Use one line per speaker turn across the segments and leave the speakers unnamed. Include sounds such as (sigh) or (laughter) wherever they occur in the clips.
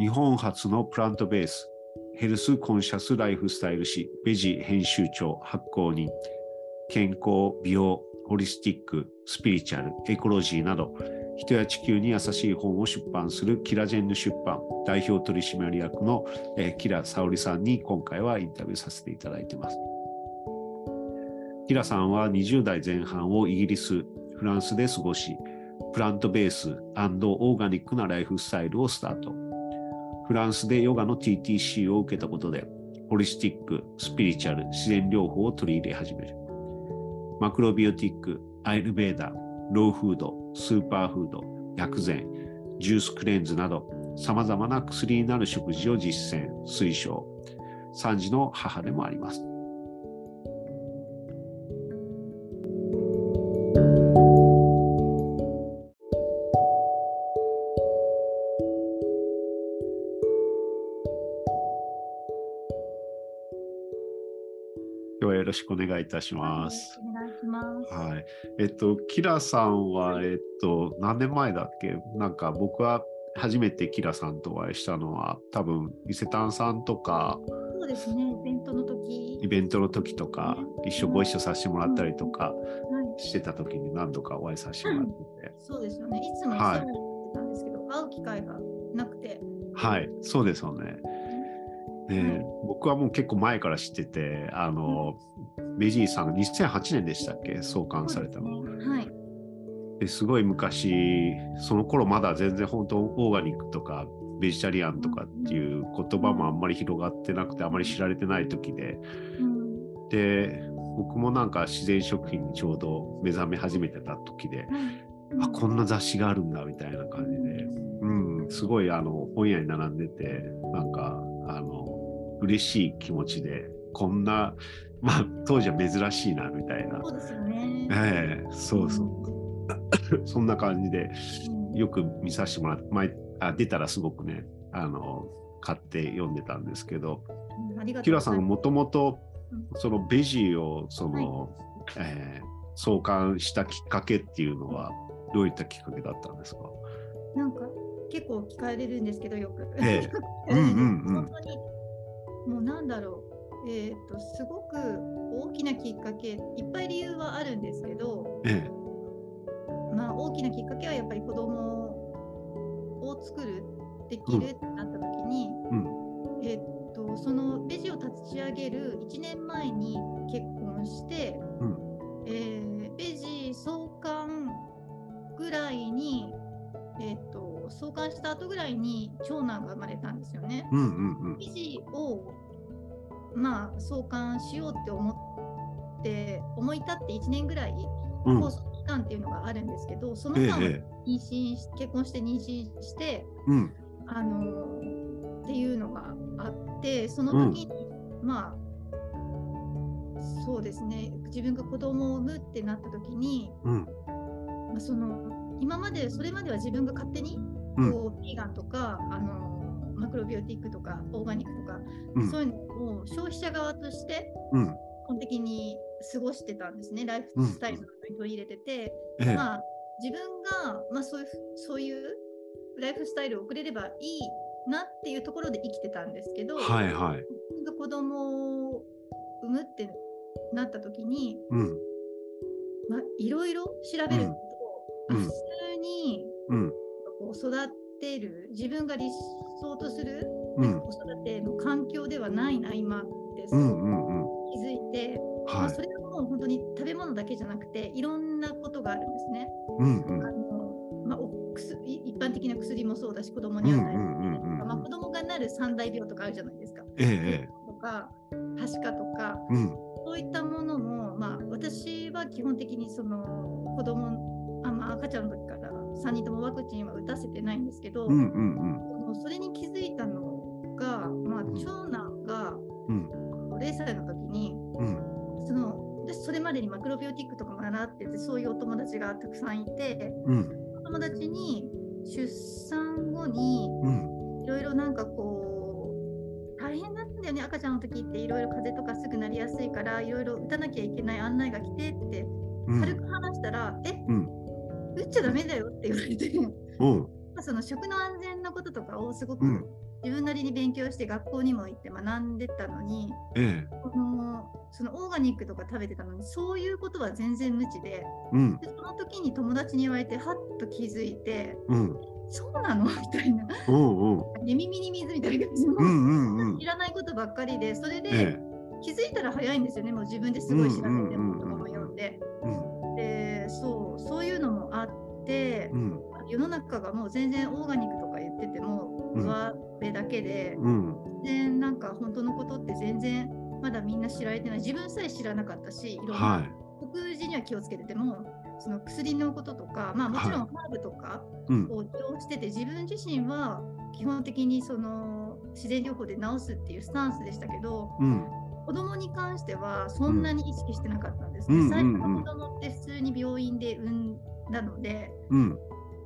日本初のプラントベースヘルスコンシャスライフスタイル誌ベジ編集長発行人健康美容ホリスティックスピリチュアルエコロジーなど人や地球に優しい本を出版するキラジェンヌ出版代表取締役の、えーキラ沙織さんに今回はインタビューさせていただいてます。キラさんは20代前半をイギリス、フランスで過ごし、プラントベースオーガニックなライフスタイルをスタート。フランスでヨガの TTC を受けたことで、ホリスティック、スピリチュアル、自然療法を取り入れ始める。マクロビオティック、アイルベーダー、ローフード、スーパーフード、薬膳、ジュースクレンズなど、様々な薬になる食事を実践、推奨。3児の母でもあります。今日はよろしくお願いいたします。
お願いします。
はい。えっと、キラさんは、えっと、何年前だっけなんか僕は初めてキラさんとお会いしたのは、多分伊勢丹さんとか、
そうですね、イベントの時
イベントの時とか、一緒ご一緒させてもらったりとか
はい、
してた時に何度かお会いさせてもらってて。
そうですよね、いつもお世話になってたんですけど、会う機会がなくて、
はい、そうですよね。
は
ね
い
僕はもう結構前から知ってて、あの、ベジーさんが2008年でしたっけ創刊されたの。
そうですねはい、
ですごい昔その頃まだ全然本当オーガニックとかベジタリアンとかっていう言葉もあんまり広がってなくてあまり知られてない時で
うん
で僕もなんか自然食品にちょうど目覚め始めてた時で
はい、
あこんな雑誌があるんだみたいな感じでうんすごいあの本屋に並んでてなんかあの嬉しい気持ちでこんなまあ当時は珍しいなみたいな
そうですよね。
ええそうそう
う。
そんな感じで
うん
よく見させてもらって、前あ出たらすごくねあの買って読んでたんですけど
ありがと
キ
うございます
ラさんがもともとそのベジをその、えー創刊したきっかけっていうのはどういったきっかけだったんですか
なんか結構聞かれるんですけど、よく。
ええうんうんうん
本当に、もうなんだろう、えっ、と、すごく大きなきっかけ、いっぱい理由はあるんですけど、
え
まあ、大きなきっかけはやっぱり子供を作るできるってなった時に、えっとそのレジを立ち上げる1年前に結婚して、
うん
えーレジ創刊ぐらいに、えっと創刊した後ぐらいに長男が生まれたんですよね。
うんうんうん
記事を、まあ、創刊しようって思って思い立って1年ぐらい
うん
構想期間っていうのがあるんですけど、その
ええ
間は
ええ
妊娠し結婚して妊娠して、
うん
あのーっていうのがあってその時に、まあそうですね自分が子供を産むってなった時に、
うん
まあ、その今までそれまでは自分が勝手に
うん
こう、ヴィーガンとか、あのーマクロビオティックとかオーガニックとか、
うん
そういうのを消費者側として
うん
基本的に過ごしてたんですねライフスタイルの中に取り入れてて。
ええ
まあ、自分が、まあ、そういうふそういうライフスタイルを送れればいいなっていうところで生きてたんですけど、
はいはい
自分が子供を産むってなった時に、
うん
まあ、いろいろ調べると、
うんうん
普通に
うん
こう育てる自分が理想とする
うん
子育ての環境ではないな今ってす
う
ご
ん
く
うんうん
気づいて、まあ、
は
そ
い
れはもう本当に食べ物だけじゃなくていろんなことがあるんですね。
うんうん
あのまあ、お薬い一般的な薬もそうだし子供
うんう
に
ん
与える、
うんうん
まあ、子供がなる三大病とかあるじゃないですか。
ええええ
とかはしかとか
うん
そういったものも、まあ、私は基本的にその子供あ、まあ、赤ちゃんの時から3人ともワクチンは打たせてないんですけど、
うんうん
もうそれに気づいたのが、まあ、
ん
長男が
うん
0歳の時に
うん
その私それまでにマクロビオティックとかも習っててそういうお友達がたくさんいて。
うん
友達に出産後に
うん
いろいろなんかこう大変なんだよね赤ちゃんの時っていろいろ風邪とかすぐなりやすいからいろいろ打たなきゃいけない案内が来てって
うん
軽く話したら「え
うん
打っちゃダメだよ」って言われて
うん
その食の安全のこととかをすごく
うん
自分なりに勉強して学校にも行って学んでたのに
ええ、
このそのオーガニックとか食べてたのにそういうことは全然無知で
うん、
でその時に友達に言われてはっと気づいて
うん、
そうなの (laughs) みたいな
うん、うん、
寝耳に水みたいな感じの、
うん、うん、うん
知、らないことばっかりでそれ
ええ
で、気づいたら早いんですよねもう自分ですごい調べ
う
てとか
んうんうんうん
も読んで
うん、
でそうそういうのもあって
うん、
世の中がもう全然オーガニックとか言ってても
うん
上辺だけで
うん、
全然なんか本当のことって全然まだみんな知られてない自分さえ知らなかったしいろん
は、
ない食事には気をつけててもその薬のこととかまあもちろんハーブとか
うん、
を利用してて自分自身は基本的にその自然療法で治すっていうスタンスでしたけど
うん、
子供に関してはそんなに意識してなかったんですね。
うん
最初
うんうんう
の
ん
子供って普通に病院で産んだので
うん、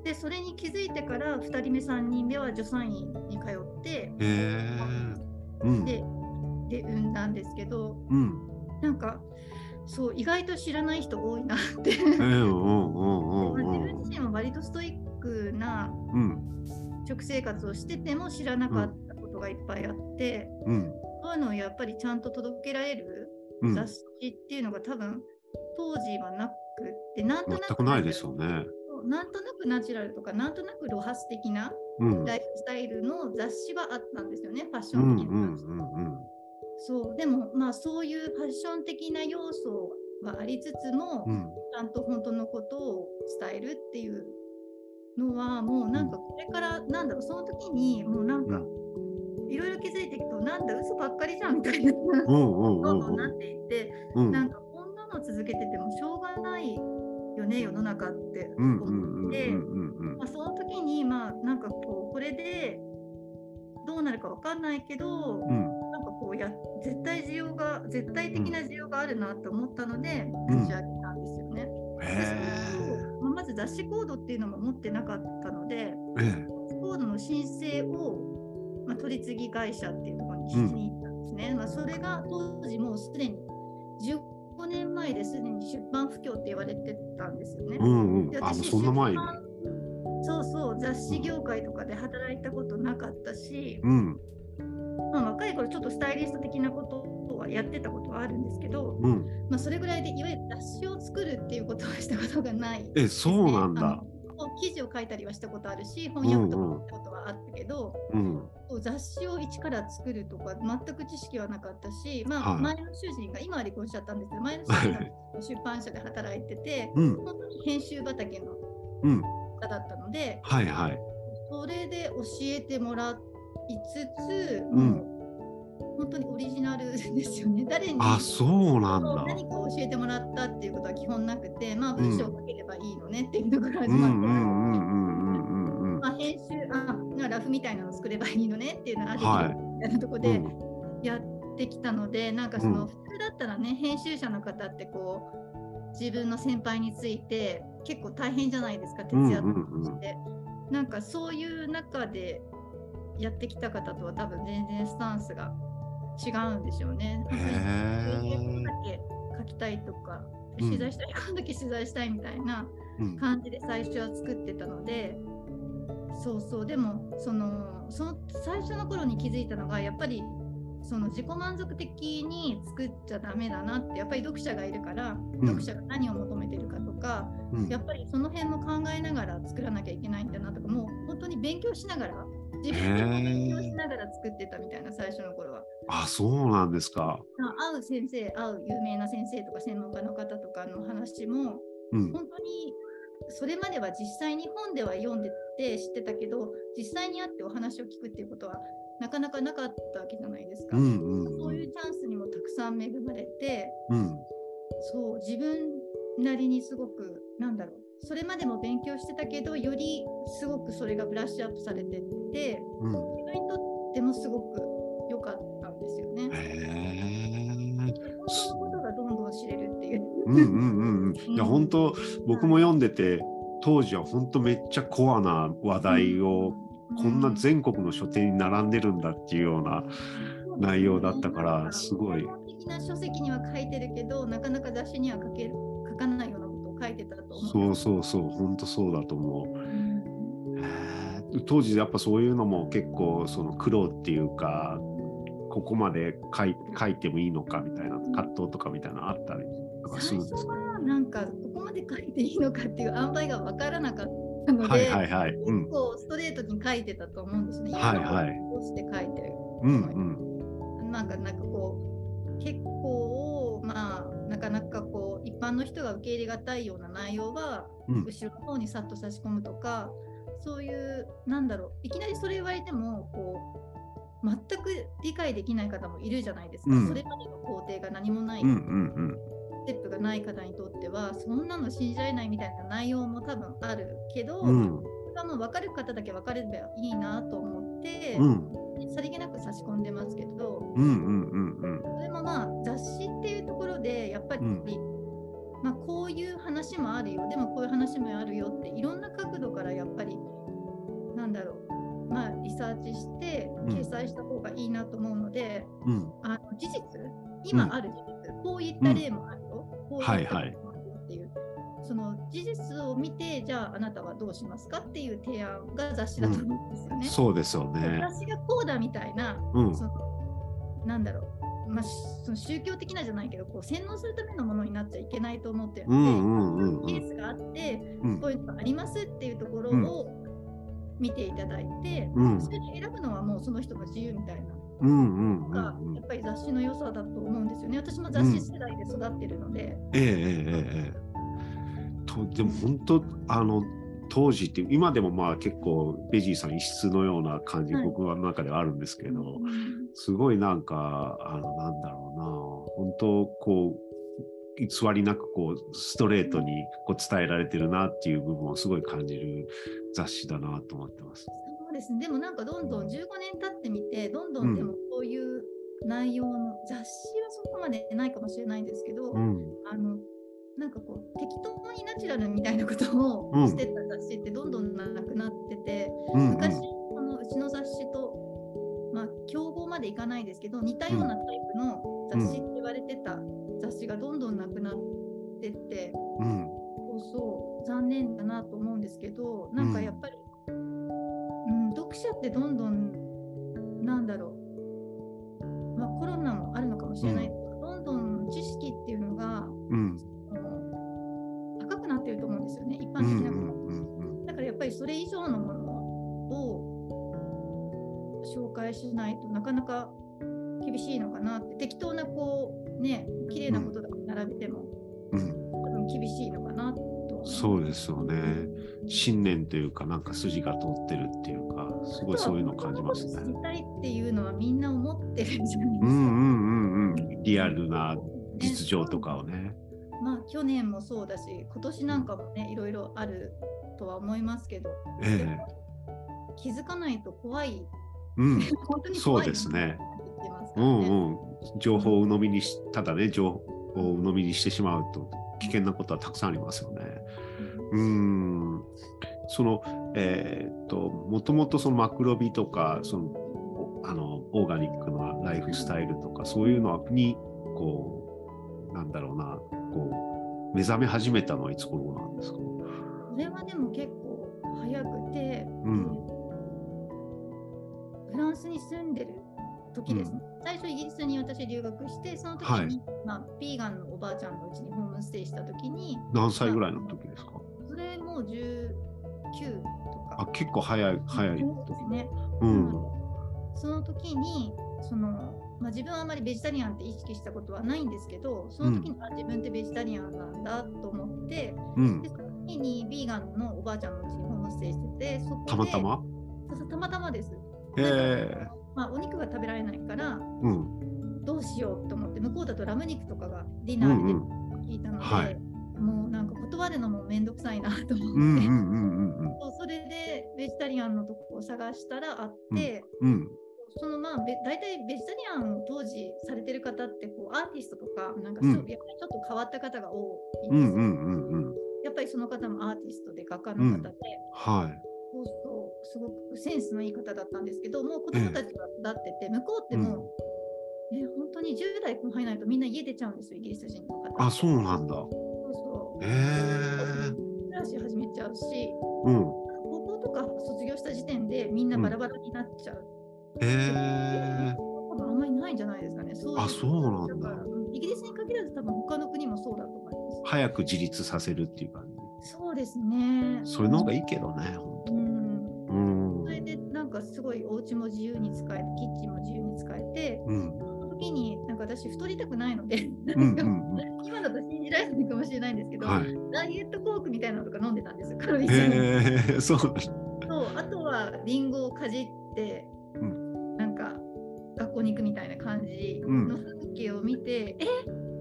でそれに気づいてから2人目3人目は助産院に通って
ええ、うん、
でで産んだんですけど
うん、
なんかそう意外と知らない人多いなって
ええ、うん、うん、う
まあ自
ん、
分自身も割とストイックな
うん、
食生活をしてても知らなかったことがいっぱいあって、
うん、
そういうのをやっぱりちゃんと届けられる
うん、
雑誌っていうのが多分当時はなくってなんとなく
全くないですよね。
なんとなくナチュラルとかなんとなくロハス的な
うん、
ライフスタイルの雑誌はあったんですよねファッシ
う
ョン
ん、
的
う
な、
ん、うん、うん、
そうでもまあそういうファッション的な要素はありつつも、
うん、
ちゃんと本当のことを伝えるっていうのはもうなんかこれからなんだろうその時にもうなんかいろいろ気づいていくとなんだ嘘ばっかりじゃんみたいな
うん、うん、
どんどん
う、
なんっていって
うん、
なんかこんなの続けててもしょうがないよね世の中って
うん、うん、うん、うん、
思って、
うん、
まあ、その時にまあなんかこうこれでどうなるかわかんないけど、
うん、
なんかこうや絶対需要が絶対的な需要があるなと思ったので
うん
立ち上げたんですよね。でそ
え
の後まあまず雑誌コードっていうのも持ってなかったので
え、え
雑誌コードの申請を、まあ、取り次ぎ会社っていうところにしに行ったんですね。まあ、それが当時もうすでに15年前ですでに出版不況って言われてたんですよ
え、
ね。
うん、う
で
ん、あ、もう
私
そんな前に
出。版そうそう雑誌業界とかで働いたことなかったし、
うん、
まあ、若い頃ちょっとスタイリスト的なことはやってたことはあるんですけど、
うん。
まあ、それぐらいでいわゆる雑誌を作るっていうことはしたことがない、
え、そうなんだ。
あの記事を書いたりはしたことあるし翻訳とかもしたことはあったけど、
うん、
こう雑誌を一から作るとか全く知識はなかったし、まあ、
はい
前の主人が今は離婚しちゃったんですけど前の主人が出版社で働いてて
うん、
本当に編集畑の
うん、
方だったので
はいはい。
それで教えてもらいつつ、
うん
もう本当にオリジナルですよね誰に
あ、そうなん
そう
だ。
何か教えてもらったっていうことは基本なくて、まあ、文章を書ければいいのねっていうのから始
うん、う
まって、
ん、うん、うん、うん、うん、
まあ、編集あまあラフみたいなの作ればいいのねっていうのはある
はい
みたいなとこ
う
で
ん、
やってきたので、なんかその
うん
普通だったらね編集者の方ってこう自分の先輩について結構大変じゃないですか徹夜とかもして、なんかそういう中でやってきた方とは多分全然スタンスが違うんでしょうね。
へえ
こんだけ書きたいとか
うん
取材したい、こんだけ取材したいみたいな
うん、
感じで最初は作ってたのでそうそうでもそのその最初の頃に気づいたのがやっぱりその自己満足的に作っちゃダメだなってやっぱり読者がいるから、
ん
読者が何を求めてるかとか
うん
やっぱりその辺も考えながら作らなきゃいけないんだなとかもう本当に勉強しながら自分で勉強しながら作ってたみたいな最初の頃は。
あ、そうなんですか。
まあ会う先生会う有名な先生とか専門家の方とかの話も
うん、
本当にそれまでは実際に本では読んでて知ってたけど実際に会ってお話を聞くっていうことはなかなかなかったわけじゃないですか。
うん、うん、
そううい
ん
うチャンスにもたくさん恵まれて
うん、
そう自分なりにすごくなんだろうそれまでも勉強してたけどよりすごくそれがブラッシュアップされてって
うん。
自分にとってもすごく良かったんですよね。
へえ。
本当のことがどんどん知れるっていう。
うん、うん、うん、うん。いや、本当、僕も読んでて、当時は本当めっちゃコアな話題を。こんな全国の書店に並んでるんだっていうような。内容だったからすごい
基本的な書籍には書いてるけどなかなか雑誌には書ける書かないようなことを書いてたと思う
そうそうそう、本当そうだと思う。
うん
へー当時やっぱそういうのも結構その苦労っていうかここまで書い書いてもいいのかみたいな葛藤とかみたいなのあったりとかす
最
るん
初
ですか
はなんかここまで書いていいのかっていう塩 (laughs) 梅が分からなかったので、
はいはいはい。うん
結構ストレートに書いてたと思うんですね。
はいはい
こうして書いてる。
うんうん
なんかなんかこう結構まあなかなかこう一般の人が受け入れがたいような内容は
うん
後ろの方にさっと差し込むとか、そういうなんだろういきなりそれ言われてもこう全く理解できない方もいるじゃないですか、
うん
それまでの工程が何もない、
うんうんうん
ステップがない方にとってはそんなの信じられないみたいな内容も多分あるけど、
うん
それはもう分かる方だけ分かればいいなと思って、
うん
さりげなく差し込んでますけど。
うんうんうんうん
それもまあ雑誌っていうところでやっぱり、
うん
まあ、こういう話もあるよでもこういう話もあるよっていろんな角度からやっぱりなんだろうまあリサーチして
うん
掲載した方がいいなと思うので、
うん
あの事実今ある事実、こういった例もあるよ、こういった
はいはい
例もあるよっていう。その事実を見てじゃああなたはどうしますかっていう提案が雑誌だと思うんですよね。
そうですよね。
雑誌がこうだみたいな
うん
そのなんだろう、まあ、しその宗教的なじゃないけどこう洗脳するためのものになっちゃいけないと思ってる
う
ので、
んうんうんう
ケー
ん
スがあって
うん
こういうのがありますっていうところを見ていただいて、
うん
それで選ぶのはもうその人が自由みたいなの
うんうんう
が、
んうん
やっぱり雑誌の良さだと思うんですよね私も雑誌世代で育ってるので、
ええええええとでも本当あの当時って今でもまあ結構ベジーさん異質のような感じ、
はい
僕の中ではあるんですけど、
うん
すごいなんかあのなんだろうな本当こう偽りなくこうストレートにこう伝えられてるなっていう部分をすごい感じる雑誌だなと思ってます。
そうですねでもなんかどんどん15年経ってみてどんどんでもこういう内容の雑誌はそこまでないかもしれないですけど、
うん
あのなんかこう適当にナチュラルみたいなことを
うん
してた雑誌ってどんどんなくなってて、
うんうん
昔このうちの雑誌と、まあ、競合までいかないですけど似たようなタイプの雑誌って言われてた雑誌がどんどんなくなってって
うん
そうそう残念だなと思うんですけどなんかやっぱり、うん読者ってどんどんなんだろう、まあ、コロナもあるのかもしれない、けどどんどん知識っていうのが
うん
あの高くなってると思うんですよね、一般
うんう
的
ん
なもの。
うん
だからやっぱりそれ以上のものを紹介しないとなかなか厳しいのかなって、適当なこう、ね、綺麗なことだけ並べても、
うんうん
多分厳しいのかなと思
そうですよね。信念というか、なんか筋が通ってるっていうか、すごいそういうのを感じます
知
ね
り。たいっていうのはみんな思ってるんじゃないですか。
うんうんうんうん。リアルな
ね
実情とかをね。
まあ去年もそうだし、今年なんかもね、いろいろあるとは思いますけど、
ええ
気づかないと怖い
うん。
本当に怖
そう
い
ですね
言ってますか
う
らね
んうん。情報を鵜呑みにし、ただね、情報を鵜呑みにしてしまうと、危険なことはたくさんありますよね。うーんそのえーっともともとそのマクロビとかそのおあのオーガニックなライフスタイルとかそういうのにこうなんだろうなこう目覚め始めたのはいつ頃なんですか
これはでも結構早くて、フランスに住んでる時ですね、最初イギリスに私留学してその時に、まあ、ビーガンのおばあちゃんのうちにホームステイした時に
何歳ぐらいの時ですか
それもう19と
あ
か
結構早い早い
そうですね
うん
その時にその、まあ、自分はあまりベジタリアンって意識したことはないんですけどその時に、あ自分ってベジタリアンなんだと思って
うん
でその時にビーガンのおばあちゃんのうちにホームステイしててそこで
たまたま
そうそうたまたまです。
へ
なん
え
かまあ、お肉が食べられないから
うん
どうしようと思って向こうだとラム肉とかがディ
う
ナ
んう
ー
ん
で聞いたので、
はい
もうなんか断るのも面倒くさいなと思って、
うんうんうんうん
そうそれでベジタリアンのとこを探したらあって、
うん
そのまあべ大体ベジタリアンを当時されてる方ってこうアーティストとかなんかそ
う
う
ん
やっぱりちょっと変わった方が多い
うんうんうん
です
んうんうん
やっぱりその方もアーティストで画家の方で。
はい
そうそうすごくセンスのいい方だったんですけどもう子供たちが育ってて、向こうってもう、ね本当に10代後輩になるとみんな家出ちゃうんですよイギリス人の方
あそうなんだ
そうそ
へ
う
え
暮らし始めちゃうし
うん
高校とか卒業した時点でみんなバラバラになっちゃう。
へえ
多分あんまりないんじゃないですかね。そういう
あそうなんだ
からうんイギリスに限らず多分他の国もそうだと思いま
早く自立させるっていう感
す。そうですね。
じそれの方がいいけどねほん
うん。
とうん
それでなんかすごいお家も自由に使えて、キッチンも自由に使えて、
うん
その時になんか私太りたくないので、
うん
(laughs)
うんう
今だと信じられないかもしれないんですけ
ん
ど、
はい
ダイエットコークみたいなのとか飲んでたんですよ。カロリーゼロ
へえ (laughs) そう
とあとはリンゴをかじって、
う
なんか学校に行くみたいな感じ
うん
の風景を見て、え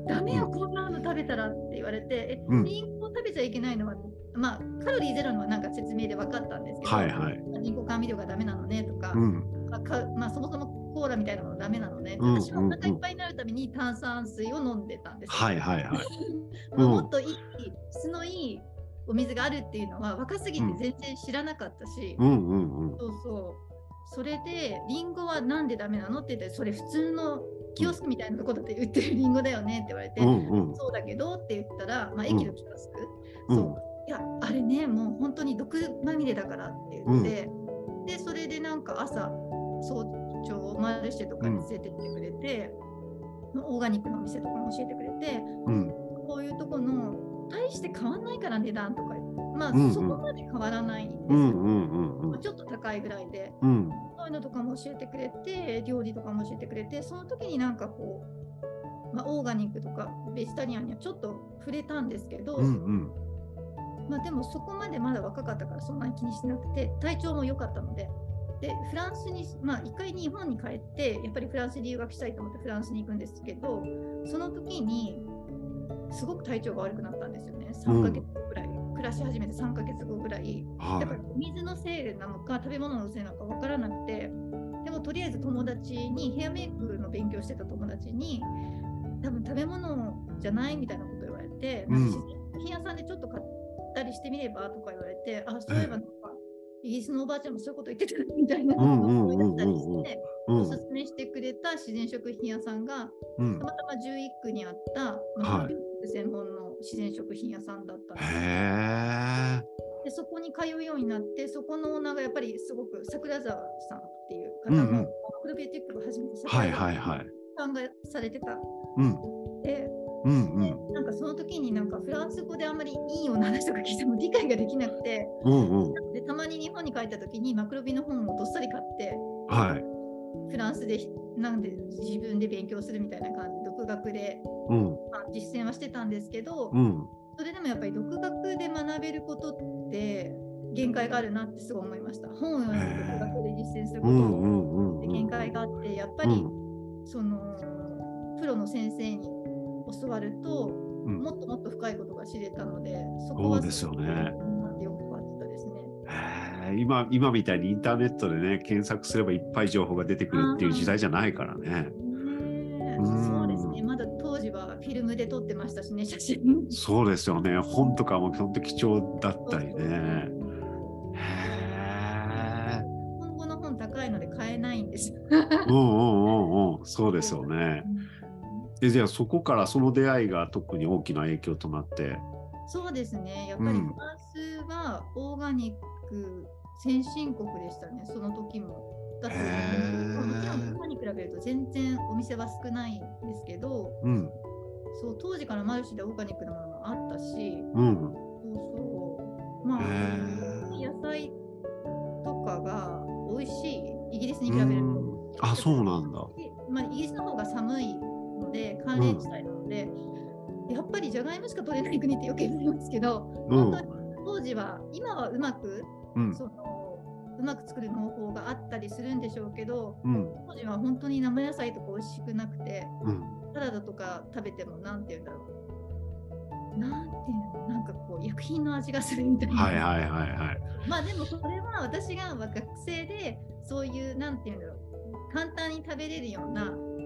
ダメよこんなの食べたらって言われて、
うん
えリンゴを食べちゃいけないのはまあカロリーゼロのはなんか説明で分かったんですけど、
はいはい
まあリンゴ甘味料がダメなのねとか,、
うん
まあかまあ、そもそもコーラみたいなのダメなのね、
うん
私はお腹いっぱいになるために炭酸水を飲んでたんですよ、
はいはいはい
まあ
うん
もっといい質のいいお水があるっていうのは若すぎて全然知らなかったし、
うんうんうん
そうそう。それで、リンゴはなんでダメなのって言って、それ普通のキオスクみたいなとこだって売ってるリンゴだよねって言われて、
うんうん
そうだけどって言ったら、ま
う
あ、
ん
駅のキオスク、
う
そ
ん
ういや、あれね、もう本当に毒まみれだからって言って、で、それでなんか朝、早朝、マルシェとかに連れてってくれて、オーガニックのお店とかも教えてくれて、
うん
こういうとこの、大して変わんないから値段とか言って、まあ、
うんうん
そこまで変わらないんですよ、
うんうんうんうん
ちょっと高いぐらいで。
うん
そういうのとかも教えてくれて、料理とかも教えてくれて、その時になんかこう、まあ、オーガニックとかベジタリアンにはちょっと触れたんですけど、
うんうん
まあ、でもそこまでまだ若かったからそんなに気にしなくて、体調も良かったので、でフランスに、まあ、一回日本に帰って、やっぱりフランスに留学したいと思ってフランスに行くんですけど、その時に、すごく体調が悪くなったんですよね、3ヶ月ぐらい、暮らし始めて3ヶ月後ぐらい。
は
だからお水のせいなのか食べ物のせいなのか分からなくてでもとりあえず友達にヘアメイクの勉強してた友達に多分食べ物じゃないみたいなこと言われて、
うん
なんか食品屋さんでちょっと買ったりしてみればとか言われてあそういえばなんかイギリスのおばあちゃんもそういうこと言ってたみたいな
うんうんうんうんうん
思い出したりして
いう
お
ん
すすめしてくれた自然食品屋さんが
うん
たまたま11区にあった、
は
まあ
い
専門の自然食品屋さんだったんです
へえ
でそこに通うようになってそこのオーナーがやっぱりすごく桜沢さんっていう方が、
うんうん
プロビューティックを始めて
はいはい
い
はい
さんがされてた
うん
で
うんうん
なんかその時になんかフランス語であんまりいいような話とか聞いても理解ができなくて
うんうん
でたまに日本に帰った時にマクロビの本をどっさり買って
はい
フランスでひなんで自分で勉強するみたいな感じで独学で、
うん
まあ、実践はしてたんですけど、
うん
それでもやっぱり独学で学べることって限界があるなってすごい思いました。本を読んで独学で実践するこ
う
と
んう
っ
んうんう
て
ん
限界があってやっぱりそのプロの先生に教わると
うんうん
もっともっと深いことが知れたのでそこ
そ
は
うですよね
なんてよく感じたですね。
へえ今今みたいにインターネットでね検索すればいっぱい情報が出てくるっていう時代じゃないからね。
ねえ
うん
そうですねまだ当時はフィルムで撮ってましたしね写真。
そうですよね本とかも本当貴重だったりね。へえ
今後の本高いので買えないんです。
うんうんうんうんそうですよね。えじゃあそこからその出会いが特に大きな影響となって。
そうですね、やっぱり
うん
フランスはオーガニック先進国でしたね、その時も。だって
へー
もちろん日本に比べると全然お店は少ないんですけど、
うん
そう当時からマルシェでオーガニックのものもあったし、
うん
そうそう、まあ
へ、ー
野菜とかが美味しい、イギリスに
う
比べる
ん
と。
あそうなんだ。
でまあ、イギリスの方が寒いので、寒冷地帯なので、やっぱりじゃがいもしか取れない国ってよく言われますけど、
うん
当時は今はうまく
うん
そのうまく作る農法があったりするんでしょうけど
うん
当時は本当に生野菜とか美味しくなくて
うん
サラダとか食べてもなんて言うんだろうなんて言うのなんかこう薬品の味がするみたいな、
はいはいはいはい。
まあでもそれは私が学生でそういうなんて言うんだろう簡単に食べれるような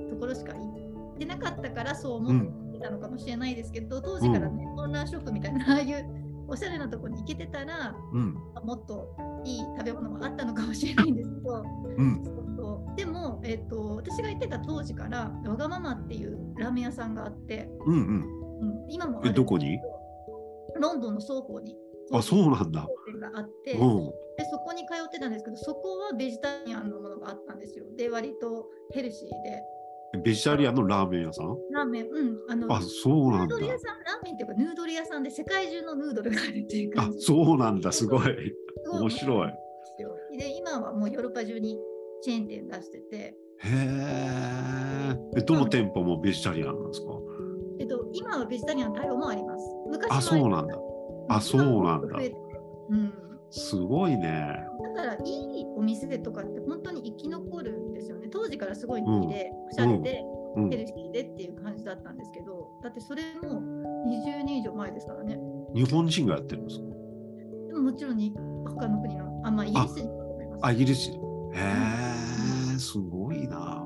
ところしか行ってなかったからそう思ってたのかもしれないですけど、当時からねオンラインショップみたいなああいうおしゃれなところに行けてたら
うん
もっといい食べ物もあったのかもしれないんですけど、
うん
そうそうでも、えっと私が行ってた当時からわがままっていうラーメン屋ささんがあって、
うんうん
うん、今もある
えどこに
ロンドンの双方に
あそうなんだ。
があって、
うん。
でそこに通ってたんですけどそこはベジタリアンのものがあったんですよで割とヘルシーで
ベジタリアンのラーメン屋さん
ラーメンうんあの
あそう
ヌ
な
ー
んだ
ド。ル屋さんラーメンっていうかヌードル屋さんで世界中のヌードルがあるっていう
あ
感じ
そうなんだ。すごい。
すご
面白い。
で今はもうヨーロッパ中にチェーン店出してて、
へーえ。どの店舗もベジタリアンなんですか
えっと、今はベジタリアン対応もあります昔も
あ、そうなんだ。あそうなんだ
増えてうん、
すごいね。
だからいいお店とかって本当に生き残るんですよね当時からすごい人気で、おしゃれで、
う
ヘル
ん。
シーでっていう感じだったんですけど、だってそれも20年以上前ですからね。
日本人がやってるんですか
でももちろんに他の国の、あ、まあ、イギリス人だと思います。
あ、イギリス人。へえ、すごいな。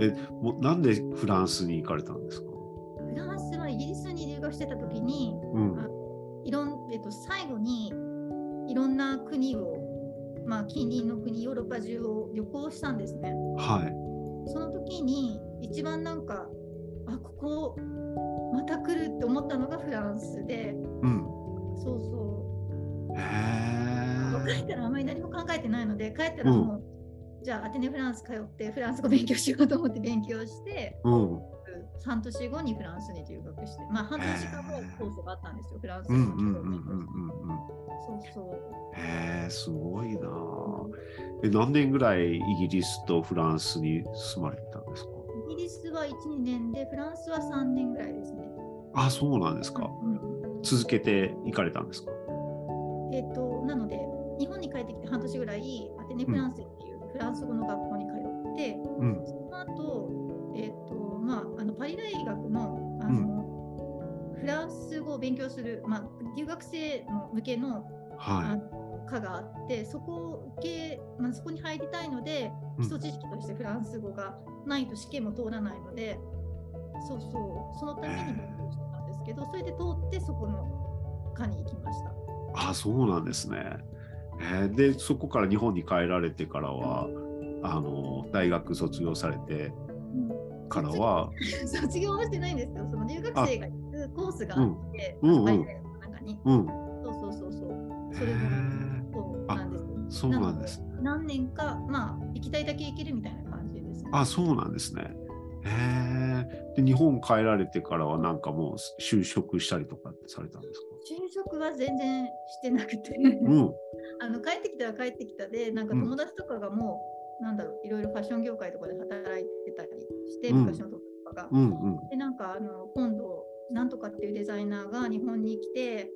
え、もうなんでフランスに行かれたんですか
フランスはイギリスに留学してた時に、
うん。
いろん、えっと、最後にいろんな国を、まあ、近隣の国、ヨーロッパ中を旅行したんですね。
はい。
その時に一番なんか、あ、ここまた来るって思ったのがフランスで、
うん。
そうそう。
へえ。
帰ったらあまり何も考えてないので帰ったらもう、じゃあアテネフランス通ってフランス語勉強しようと思って勉強して
うん。
半年後にフランスに留学してまあ半年間もコースがあったんですよフランス
う
語
ん
の
う
教育
んうんうんうんうん。
そうそう
へえ、すごいな。え、何年ぐらいイギリスとフランスに住まれてたんですか
イギリスは12年でフランスは3年ぐらいですね、
あ、そうなんですか。
う
続けて行かれたんですか
んえっ、となので日本に帰ってきて半年ぐらいアテネフランスっていうフランス語の学校に通って、
うん。
その後、えっとまあ、あのパリ大学のあの、フランス語を勉強する、まあ、留学生の向けの
は
あ
い。
の科があってそこを受け、まあ、そこに入りたいので
うん
基礎知識としてフランス語がないと試験も通らないので、そうそうそのために勉強してたんですけどそれで通ってそこの科に行きました。
あ、そうなんですね。えーで、そこから日本に帰られてからは、あの、大学卒業されてからは、
(laughs) 卒業はしてないんですけどその留学生が行くコースがあって、
うんうんうん
パリ大学の中に。
うん。
そうそうそうそう。そ
へ
れも
え、
そう
あ
なんですよ。
そうなんです。
何年か、まあ、行きたいだけ行けるみたいな感じですね。
あ、そうなんですね。へえ。で、日本帰られてからは、なんかもう就職したりとかってされたんですか
就職は全然してなくて、
うん。
あの帰ってきたら帰ってきたで、なんか友達とかがもう、なんだろう、いろいろファッション業界とかで働いてたりして、
うん
昔の友達とかが。
うんうん。
で、なんかあの今度、なんとかっていうデザイナーが日本に来て、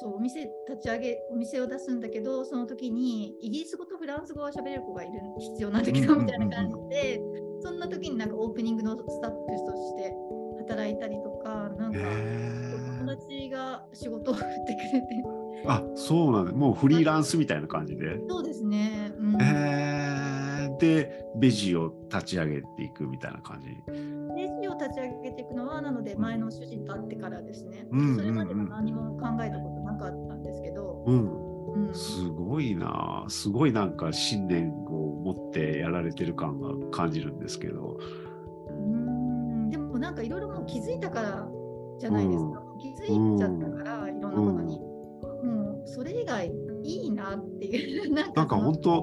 そうお店立ち上げお店を出すんだけどその時にイギリス語とフランス語は喋れる子がいる必要なんだけど
うんうん
み
うん
たいな感じでそんな時になんかオープニングのスタッフとして働いたりとかなんか
へ
友達が仕事を振ってくれて
え。あ、そうなんで、もうフリーランスみたいな感じで。
そうですね、うん、
へえ。で、ベジを立ち上げていくみたいな感じ。
レジを立ち上げていくのはなので前の主人と会ってからですね
うんうんうん
それまでは何も考えたことなかったんですけど、
うん。
うん、
すごいな。すごいなんか信念を持ってやられてる感が感じるんですけど。
うーんでもなんかいろいろもう気づいたからじゃないですか、気づいちゃったからいろんなことに、もうそれ以外いいなっていうなん
なんか
その
本当、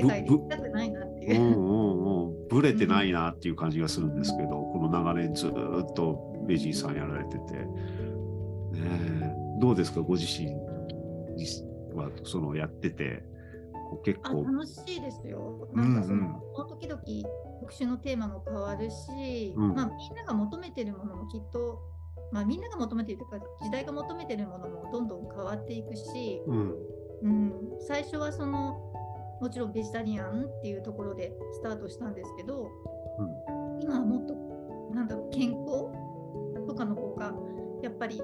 世界で行きたくないなって
う
い
ん
う、
うんうん、ぶれてないなっていう感じがするんですけど、この長年ずーっとベジーさんやられてて、ねえ、どうですか、ご自身はそのやってて、こう結
あ
構、
楽しいですよ
う
なんん
う
かその、
ん、
その時々特集のテーマも変わるし、
うん
まあ、みんなが求めてるものもきっと、まあ、みんなが求めてるというか時代が求めてるものもどんどん変わっていくし、
うん、
うん、最初はそのもちろんベジタリアンっていうところでスタートしたんですけど、今はもっとなんだろう健康とかの方がやっぱり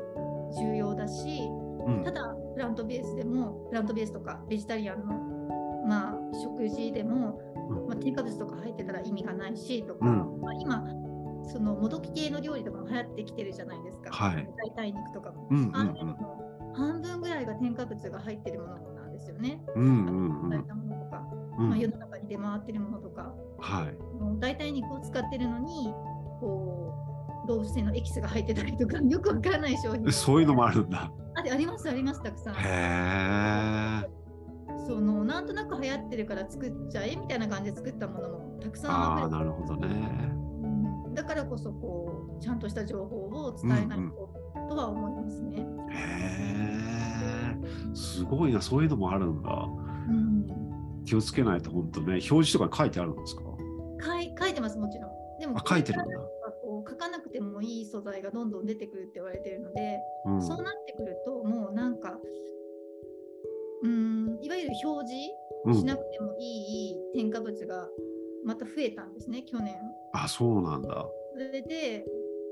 重要だし
うん
た、だプラントベースでもプラントベースとかベジタリアンの、まあ、食事でも
うん、
まあ、添加物とか入ってたら意味がないしとか、
うん
まあ、今そのもどき系の料理とかも流行ってきてるじゃないですか、
はい、
代替肉とかも。
うん、う
ああい
ん
う、のも半分ぐらいが添加物が入ってるものなんですよね。
うん、う
与
ん、う
え
ん、
たものとか、
う
まあ、世
ん、
の中に出回ってるものとか、
はい、
もう代替肉を使ってるのにこう動物性のエキスが入ってたりとかよくわからない商品
えそういうのもあ
る (laughs)
るんだ。
あでありますありますたくさん。
へえ。
そのなんとなく流行ってるから作っちゃえみたいな感じで作ったものもたくさんあ
ああ、
ふれ
なるほどね。
うんだからこそこうちゃんとした情報を伝えないととは思いますね。
へえ。すごいな、そういうのもあるんだ。
うん
気をつけないと本当ね、表示とか書いてあるんですか
書い書いてますもちろん。でも
あ、書いてるんだ。
こう書かなくてもいい素材がどんどん出てくるって言われてるので、
うん。
そうなってくるともうなんかうんいわゆる表示
う、
しなんくてもいい添加物がまた増えたんですね去年。
あ、そうなんだ。
それで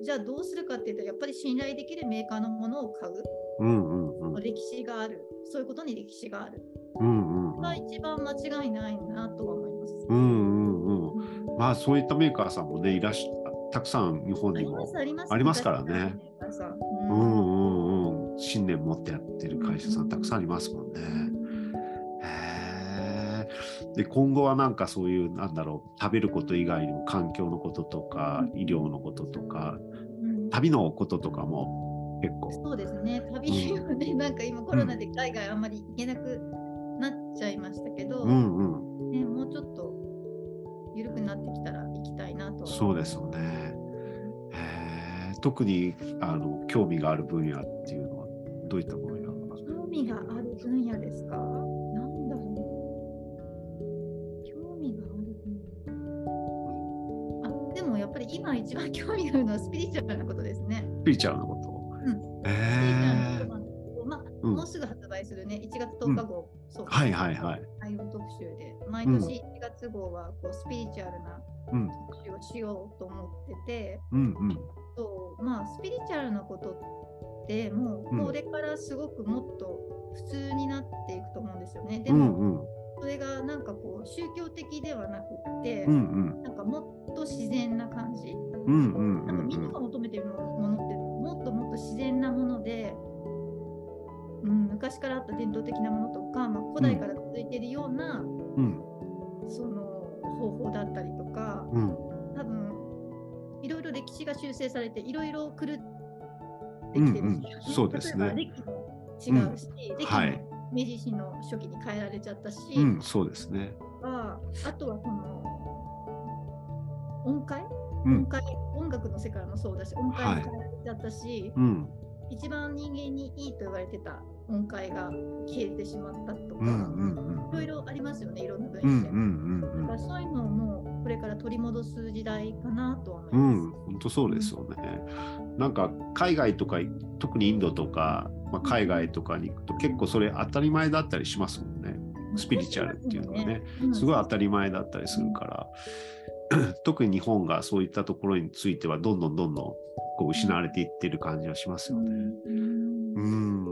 じゃあどうするかっていうとやっぱり信頼できるメーカーのものを買う
うんうんうん。
歴史があるそういうことに歴史がある
うんうんうん
が一番間違いないなとは思います。
うんうんうん。まあそういったメーカーさんもねいらっしゃたくさん日本
あ
に
りま
も
すあります
ありますからね。
メーカーさん
う
うん
んうんうん信念持ってやってる会社さんたくさんありますもんね。へえで今後はなんかそういうなんだろう食べること以外にも環境のこととか医療のこととか
うん
旅のこととかも結構。
そうですね、旅はね、なんか今コロナで海外あんまり行けなくなっちゃいましたけど、
うんうん
ね、もうちょっと緩くなってきたら行きたいなと。
そうですよね。へえ特にあの興味がある分野っていうのはどういったものになるのかな。
興味がある分野ですかなんだろう。興味がある分野。あ、でもやっぱり今一番興味があるのはスピリチュアルなことですね。
ピーチャーのこと。へ
スピリチュア
え
ルなことまあ、
うん
もうすぐ発売するね、1月10日号、そう
はいはいはい。
内容特集で毎
うん
年1月号はこうスピリチュアルな
うん
特集をしようと思ってて、
うんうん。
そうまあ、スピリチュアルなことっても
う
うんこれからすごくもっと普通になっていくと思うんですよね。で
う
も
んうん
それがなんかこう宗教的ではなくって、
うんうん
なんかもっと自然な感じ、
うんうん
な
うん
か
ん
みんなが求めてるものってもっともっと自然なもので、うん、昔からあった伝統的なものとか、まあ、古代から続いているような、
うん
その方法だったりとか
うん
多分いろいろ歴史が修正されていろいろ狂ってきてるんです
う
よね、
んうんそうですね
例えば歴も違うし、歴も
はい
明治維新の初期に変えられちゃったし、
うんそうですね。
ああとはこの音階、
うん
音階音楽の世界もそうだし音階も変えられちゃったし、
うん
一番人間にいいと言われてた音階が消えてしまったとか、
うんうんうん
いろいろありますよねいろんな分野で。
うんうんう
だ
ん
からそういうのをもうこれから取り戻す時代かなとは思い
うん
ま
うん本当そうですよね。なんか海外とか特にインドとか、まあ、海外とかに行くと結構それ当たり前だったりしますもんね。
す。
スピリチュアルっていうのはね
うん、
すごい当たり前だったりするから (clears throat) 特に日本がそういったところについてはどんどんどんどんこう失われていってる感じはしますよね。
うん
うん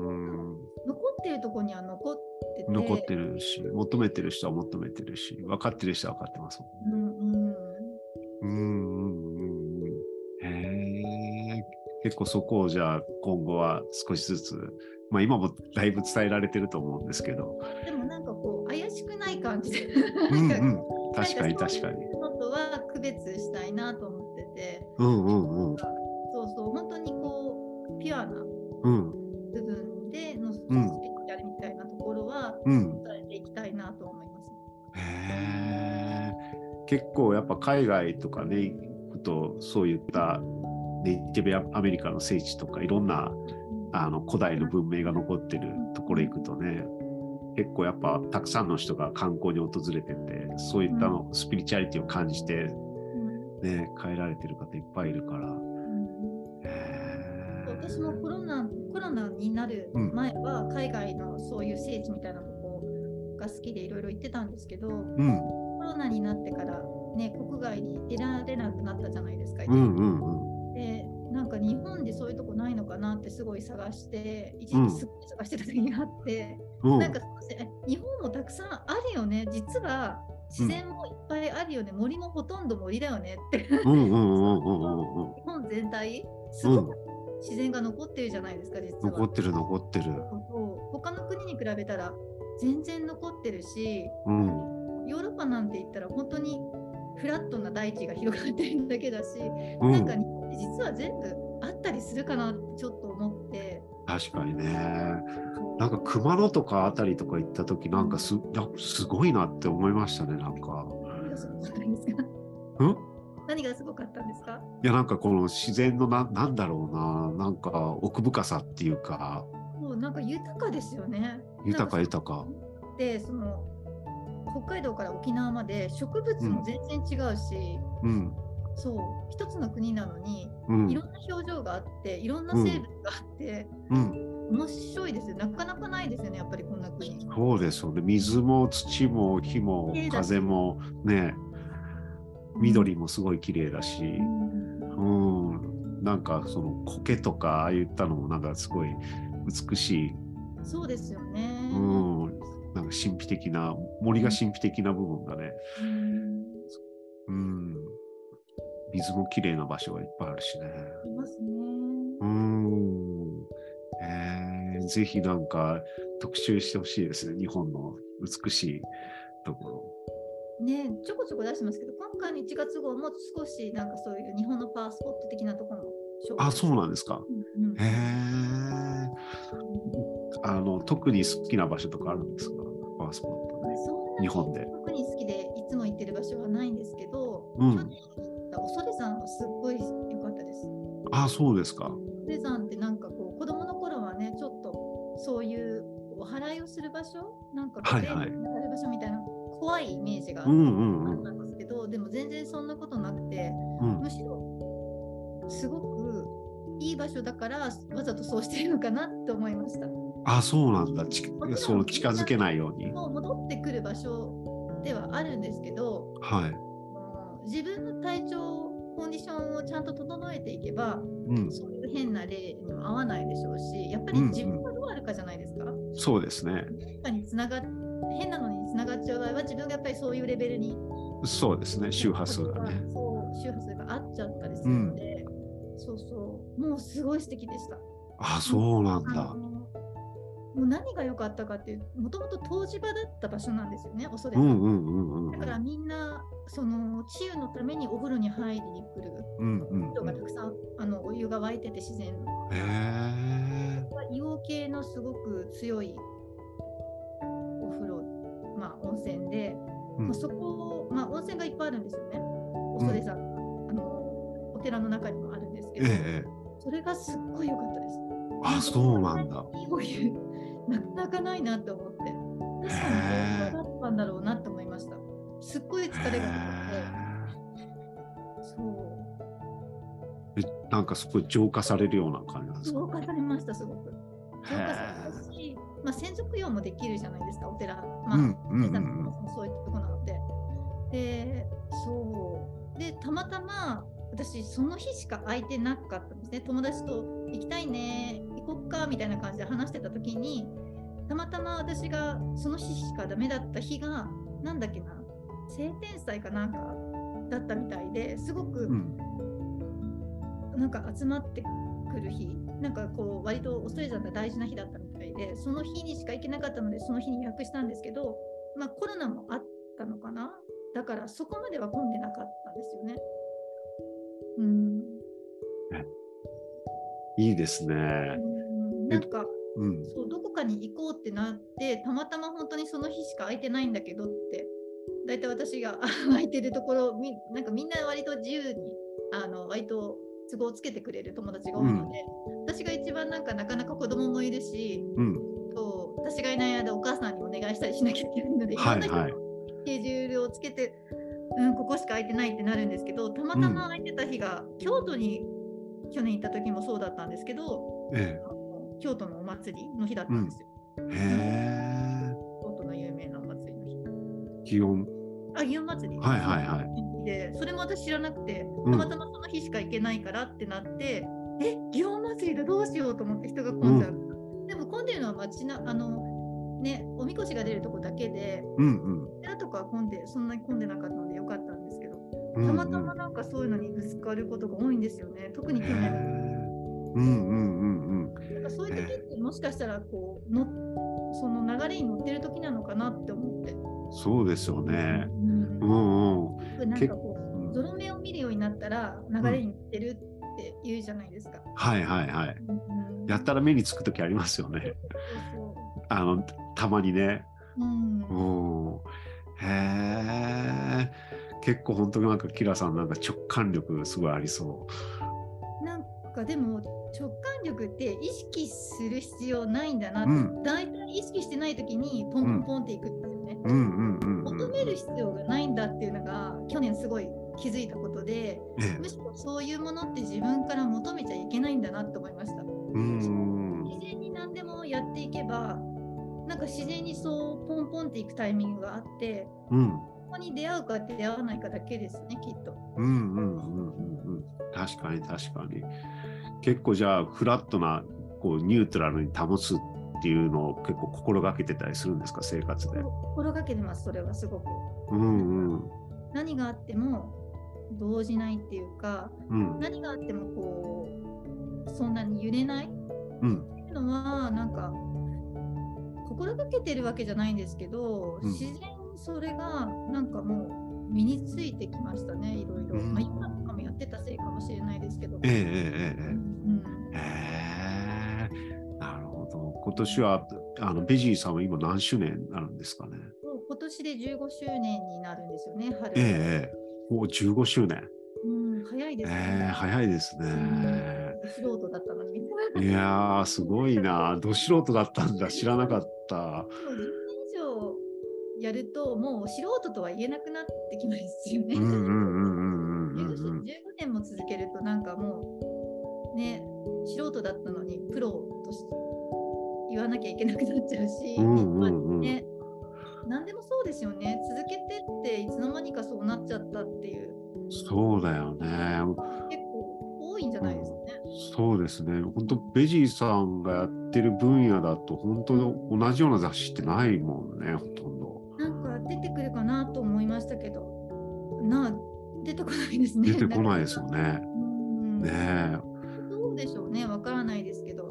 残ってるとこには残ってて
残ってるし求めてる人は求めてるし分かってる人は分かってますもんね。
うん
う
うん
んうんうんうんへえ結構そこをじゃあ今後は少しずつまあ今もだいぶ伝えられてると思うんですけ
(laughs)
ど、
でもなんかこう怪しくない感じで
うんう
なん
ん、確かに確かに。
のとは区別したいなと思ってて
うんうんうん
そうそう本当にこうピュアな
うん
部分でのスピ
うん
リチュアルみたいなところは
うん
伝えていきたいなと思います。
へー結構やっぱ海外とかね行くとそういったネイティブアメリカの聖地とかいろんなあの古代の文明が残ってるところ行くとね結構やっぱたくさんの人が観光に訪れててそういったのスピリチュアリティを感じて、
うん
ね、帰られてる方いっぱいいるから。
うん
へー
私もコロナコロナになる前は海外のそういう聖地みたいなとこが好きでいろいろ行ってたんですけどコ
うん
ロナになってから、ね、国外に出られなくなったじゃないですか。
うんうん
でなんか日本でそういうとこないのかなってすごい探して一
うん
時期すごい探してた時があって、
うんうん
なんかそうですね日本もたくさんあるよね実は自然もいっぱいあるよね、森もほとんど森だよねって
う
(laughs)
んうんうんうんうんうん
日本全体すごく自然が残ってるじゃないですか実は。
残ってる残ってる。
そう他の国に比べたら全然残ってるし
うん
ヨーロッパなんて言ったら本当にフラットな大地が広がってるだけだし、
う
なんか
ん
日本って実は全部あったりするかなってちょっと思って、
へ確かにね。なんか熊野とかあたりとか行った時なんかすなすごいなって思いましたねなんか。
何がすごかったんですか
うん
何がすごかったんですか
いやなんかこの自然のななんだろうななんか奥深さっていうか
もうなんか豊かですよね。
豊か
なん
豊か。
でその北海道から沖縄まで植物も全然違うし、
うん
そう一つの国なのに
うん
いろんな表情があっていろんな生物があって、
うん
面白いですよなかなかないですよねやっぱりこんな国。
そうですよね水も土も火も
綺麗だし
風もね緑もすごい綺麗だし、
うん
うん、なんかその苔とかああいったのもなんかすごい美しい、
そうですよね。
うん、なんか神秘的な森が神秘的な部分がね、
うん
うん、水も綺麗な場所がいっぱいあるしね。
ありますね。
うんえーぜひなんか特集してほしいですね日本の美しいところ。
ねちょこちょこ出してますけど今回の1月号も少しなんかそういう日本のパワースポット的なところも紹介
あそうなんですか。
うんうん
へーあの特に好きな場所とかあるんですかパワースポットね。
そんなに
日本で
特に好きでいつも行ってる場所はないんですけど、
うん
去年行った恐山はすっごい良かったです。
あそうですか。
恐山ってなんかこう子供の頃はねちょっとそういうお祓いをする場所なんかこう
はいはい
霊になる場所みたいな怖いイメージがあ
う
っ
んうんうん。
たんですけど、でも全然そんなことなくて
うん、
むしろすごくいい場所だからわざとそうしてるのかなと思いました。
あそうなんだち
ろん
その近づけないように。
もう戻ってくる場所ではあるんですけど、
はい。
自分の体調コンディションをちゃんと整えていけば
うん、
そういう変な例にも合わないでしょうしやっぱり
うんうん
自分がどうあるかじゃないですか、
そうですね。
変なにつながっ変なのにつながっちゃう場合は自分がやっぱりそういうレベルに
そうですね。周波数がね。
そう周波数が合っちゃったりするので、そうそうもうすごい素敵でした
あそうなん
あ
だ
の。もう何が良かったかっていうもともと湯治場だった場所なんですよね恐れ
う
ず
んうんうんうん。
だからみんなその治癒のためにお風呂に入りに来る
うんうん
人
う
が
ん
た。くさんあのお湯が沸いてて自然の
へえ。
硫黄系のすごく強いお風呂、まあ、温泉で、
うん
まあ、そこ、まあ、温泉がいっぱいあるんですよね。恐れ山、あのお寺の中にもあるんですけ
え
ど、
え。
それがすっごい良かったです。
あそうなんだ。
いいお湯、なかなかないなと思って、確かに
へえ
これだったんだろうなと思いました。すっごい疲れが出
へ
てて、そう、
ええなんかすごい浄化されるような感じなんですか
浄。化されました、すごく。浄化され
へ
たし、まあ、専属用もできるじゃないですか、お寺。ま
う
あ
んうんうんう
小さなとこ
ん。
もそういうとこなので。で、そう。で、たまたま私、その日しか空いてなかったんですね。友達と行きたいね、行こっかみたいな感じで話してた時に、たまたま私がその日しかダメだった日が、なんだっけな、晴天祭かなんかだったみたいですごく、
うん
なんか集まってくる日なんかこう割と恐れ山が大事な日だったみたいでその日にしか行けなかったのでその日に予約したんですけど、まあ、コロナもあったのかなだからそこまでは混んでなかったんですよね。うん
いいですね。
うんなんか
うん。
そうどこかに行こうってなってたまたま本当にその日しか空いてないんだけどって大体私があ (laughs) 空いてるところみなんかみんな割と自由にあの割と都合つけてくれる友達が多いので、私が一番なんかなかなか子供もいるし
うん。
と私がいない間お母さんにお願いしたりしなきゃいけないので、
はい
ろんな
はい
人のスケジュールをつけて、うん、ここしか空いてないってなるんですけどたまたま空いてた日が、京都に去年行った時もそうだったんですけど
え
京都のお祭りの日だったんですよ。
え。へえ。
京都の有名なお祭りの日。
気温。
あ、祇園祭り。
はいはいはい。
で、それも私知らなくて、
ん
たまたまその日しか行けないからってなって、え、祇園祭りだどうしようと思って人が混んじゃう。でも混んでるのは町な、あの、ね、おみこしが出るとこだけで、
うん
お寺とかは混んで、そんなに混んでなかったのでよかったんですけど、
うん。
たまた
うんうん
まなんかそういうのにぶつかることが多いんですよね。特に去
へ
年。
えうんうんうんうん。
なんかそういう時ってもしかしたらこう、のその流れに乗ってる時なのかなって思って。
そうですよね。
うん
うんうん。
なんかこう
うん
ゾロ目を見るようになったら流れに乗ってるっって言うじゃないですか。
はいはいはい。
うん
やったら目につく時ありますよね。
そう
あのたまにね。
そううん
うん。へえ。結構本当になんかキラさんなんか直感力すごいありそ
なんかでも直感力って意識する必要ないんだなって、
うん
だいたい意識してない時にポンポンポンっていくんですよね。
う。うんうんうん、う
求
ん。
める必要がないんだっていうのが去年すごい気づいたことで
ええ
むしろそういうものって自分から求めちゃいけないんだなって思いました。
うん。
自然に何でもやっていけばなんか自然にそうポンポンっていくタイミングがあって
うん。
ここに出会うか出会わないかだけですねきっと。
うんうんうんうんうん確かに確かに結構じゃあフラットなこうニュートラルに保つっていうのを結構心がけてたりするんですか生活で
心がけてますそれはすごく。
うんうん
何があっても動じないっていうか
うん
何があってもこうそんなに揺れないっ
うん
ていうのはなんか心がけてるわけじゃないんですけど、
うん
自然にそれがなんかもう身についてきましたねいろいろ、
うん
まあ今とかもやってたせいかもしれないですけど、
ええええ
う
え
ん
えへえなるほど今年はあのベジーさんは今何周年になるんですかね
もう今年で15周年になるんですよね春、
ええええお15周年
うん、早いで
え
す
え
ね、
早いですね
素人だったのに
いやーすごいなど素人だったんだ知らなかった
でも10年以上やるともう素人とは言えなくなってきますよね。
うんうんうんうんうんうんうん
15年も続けるとなんかもうね素人だったのにプロとし言わなきゃいけなくなっちゃうし、
うんうんうん
ね何でもそうですよね続けてっていつの間にかそうなっちゃったっていう
そうだよね。
結構多いんじゃないですかね。
そうですね。本当ベジーさんがやってる分野だと本当同じような雑誌ってないもんね、ほとんど。
なんか出てくるかなと思いましたけどなあ出てこないですね。
出てこないですよね。
うん
ねえ。
どうでしょうね、わからないですけど。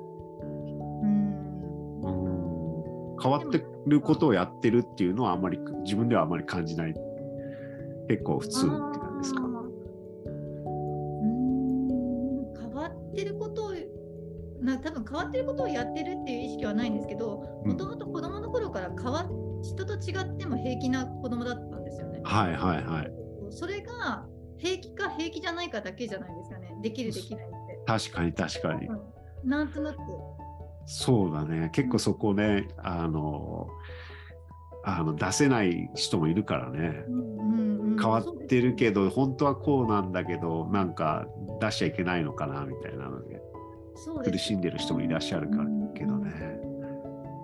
うん。
うん変わってることをやってるっていうのはあまり自分ではあまり感じない。結構普通って感じですか
あ。ーうん変わってることを、な多分変わってることをやってるっていう意識はないんですけど、
うん
もともと子供の頃から変わ人と違っても平気な子供だったんですよね。
はいはいはい。
それが平気か平気じゃないかだけじゃないですかね。できるできないって。
確かに確かに。
うんなんとなく。
そうだね。結構そこね、あの、あの出せない人もいるからね。
変
変わってるけど本当はこうなんだけどなんか出しちゃいけないのかなみたいなので
そうです
苦しんでる人もいらっしゃるからけどね。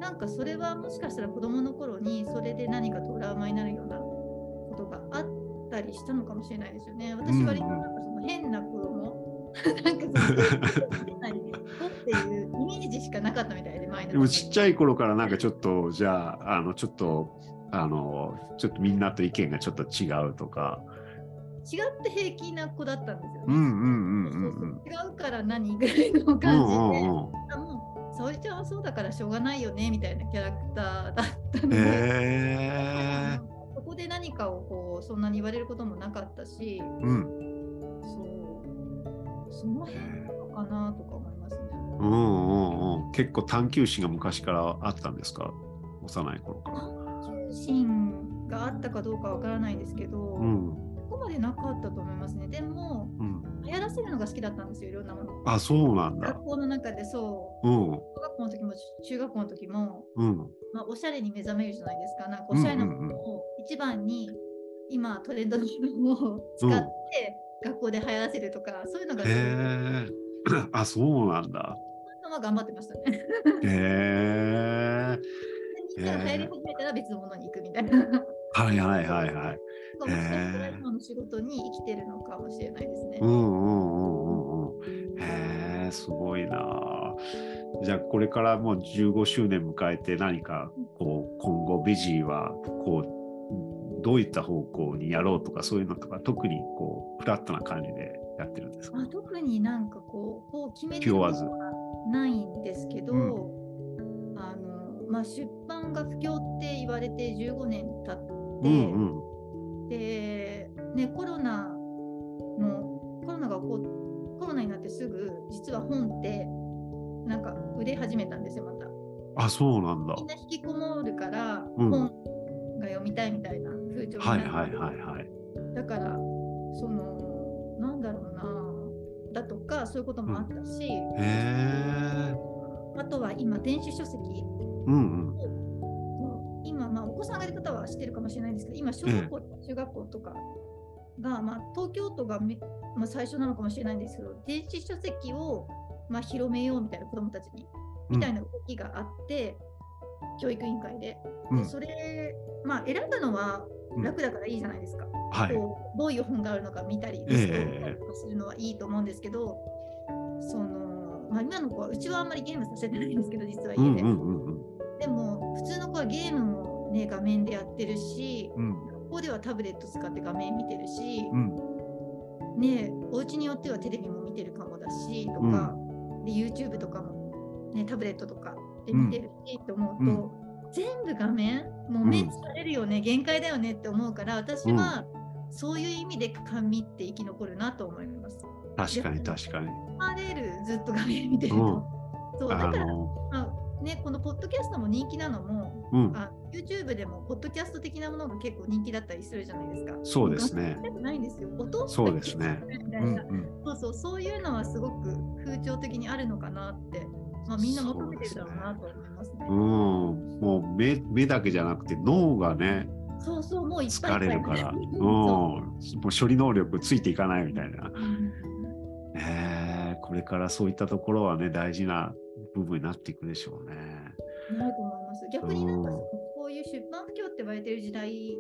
なんかそれはもしかしたら子供の頃にそれで何かトラウマになるようなことがあったりしたのかもしれないですよね。私割となんかその変な
(laughs)
子供、なんかその変な子っていうイメージしかなかったみたいで前の
でもちっちゃい頃からなんかちょっとじゃああのちょっとあのちょっとみんなと意見がちょっと違うとか。
違って平気な子だったんですよね。
うんうんうん
そううんそう
うん
そう違うから何ぐらいの
うん
感じで、
うんうん。
あもう沙織ちゃんはそうだからしょうがないよねみたいなキャラクターだったので、
え
そこで何かをこうそんなに言われることもなかったし、
ー、うん。
そう。その辺なのかなとか思いますね。
うんうんうん。結構探求心が昔からあったんですか幼い頃から。
求心があったかどうかわからないんですけど、
うん
そこまでなかったと思いますね。でも、
うん。
流行らせるのが好きだったんですよ、いろんなもの。
あそうなんだ
学。校の中でそう、
うん
小学校の時も中学校の時も、
うん
まあ、おしゃれに目覚めるじゃないですか。なんかおしゃれなものを一番に、今トレンドのものを使って、学校で流行らせるとか、そういうのが、
へえ (clears throat) あそうなんだ。
そういうのは頑張ってましたね。
へえ
みんなが流行り始めたら別のものに行くみたいな。
はいはいはいはい。
かもしれない。今の仕事に生きてるのかもしれないですね。
うんうんうんうんうん。へえすごいなあ。じゃあこれからもう15周年迎えて何かこう今後ベジーはこうどういった方向にやろうとかそういうのとか特にこうフラットな感じでやってるんですか
まあ、特になんかこうこう決めてる
気負
こ
わ
と
ず
はないんですけど、あのまあ、出版が不況って言われて15年経っ
う
て、
んうん
で、ね、コロナのコロナが起こコロナになってすぐ実は本ってなんか腕始めたんですよまた
あ、そうなんだ
みん。な引きこもるから
うん
本が読みたいみたいな風潮にな
は
っ
い
て
はいはいはい。
だからそのなんだろうなだとかそういうこともあったし、
へえ。
あとは今電子書籍
うんうん。
今、まあ、お子さんがいる方は知ってるかもしれないんですけど今小学校とか中学校とかが、まあ、東京都がめ、まあ、最初なのかもしれないんですけど電子書籍を、まあ、広めようみたいな子どもたちにみたいな動きがあって、教育委員会で,、
う
で
ん
それ、まあ、選ぶのは楽だからいいじゃないですか、
はい。
こうどういう本があるのか見たり、
ええ
リストをするのはいいと思うんですけどその、まあ、今の子はうちはあんまりゲームさせてないんですけど実は家
う
で。
んうんうんうん。
でも普通の子はゲームも、ね、画面でやってるし
うん
学校ではタブレット使って画面見てるし、
うん
ね、お家によってはテレビも見てるかもだしとか、で YouTube とかも、ね、タブレットとかで見てるし、と思うと、全部画面もう目疲れるよね、限界だよねって思うから私は、そういう意味で甘味って生き残るなと思います。
確かに確かに。
パレルずっと画面見てると、そうだ
あ
から、
の、
まあね、このポッドキャストも人気なのも
うん。
あ YouTube でもポッドキャスト的なものが結構人気だったりするじゃないですか。
そうですね。
全くないんですよ。音
そうですね
みた
う
い
んう
な。
ん。
そうそう、そういうのはすごく風潮的にあるのかなって、まあ、みんな求めてるだろうなと思いますね。
うん、もう目目だけじゃなくて脳がね
そうそう、もういっぱいい
疲
っぱい
れる
(laughs)
から、うん、
そ
もう処理能力ついていかないみたいな
う。うん
ねえこれからそういったところはね大事な部分になっていくでしょうね。
ないと思います。逆になんか
うん
そのこういう出版不況って言われてる時代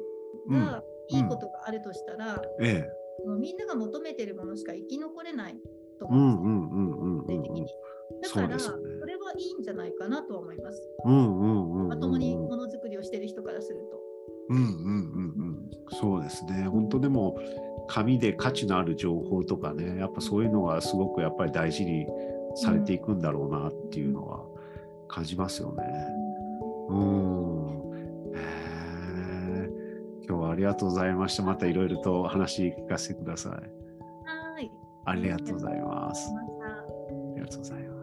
うん
がいいことがあるとしたら、
ええ、
もうみんなが求めてるものしか生き残れないと
う
思うんで
んう
すよ
んうんうんうんう
全体的
ん
に。だか
そ
ら、
うですよ
そ
ね
れはいいんじゃないかなとは思います。
うんうんうんうんうん
まともにものづくりをしてる人からすると。
うんうんうんうんそうですね本当でも紙で価値のある情報とかねやっぱそういうのがすごくやっぱり大事にされていくんだろうなっていうのは感じますよね。うんへえ今日はありがとうございました。またいろいろとお話聞かせてください。
はーい。
ありがとうございます。
また
ありがとうございます。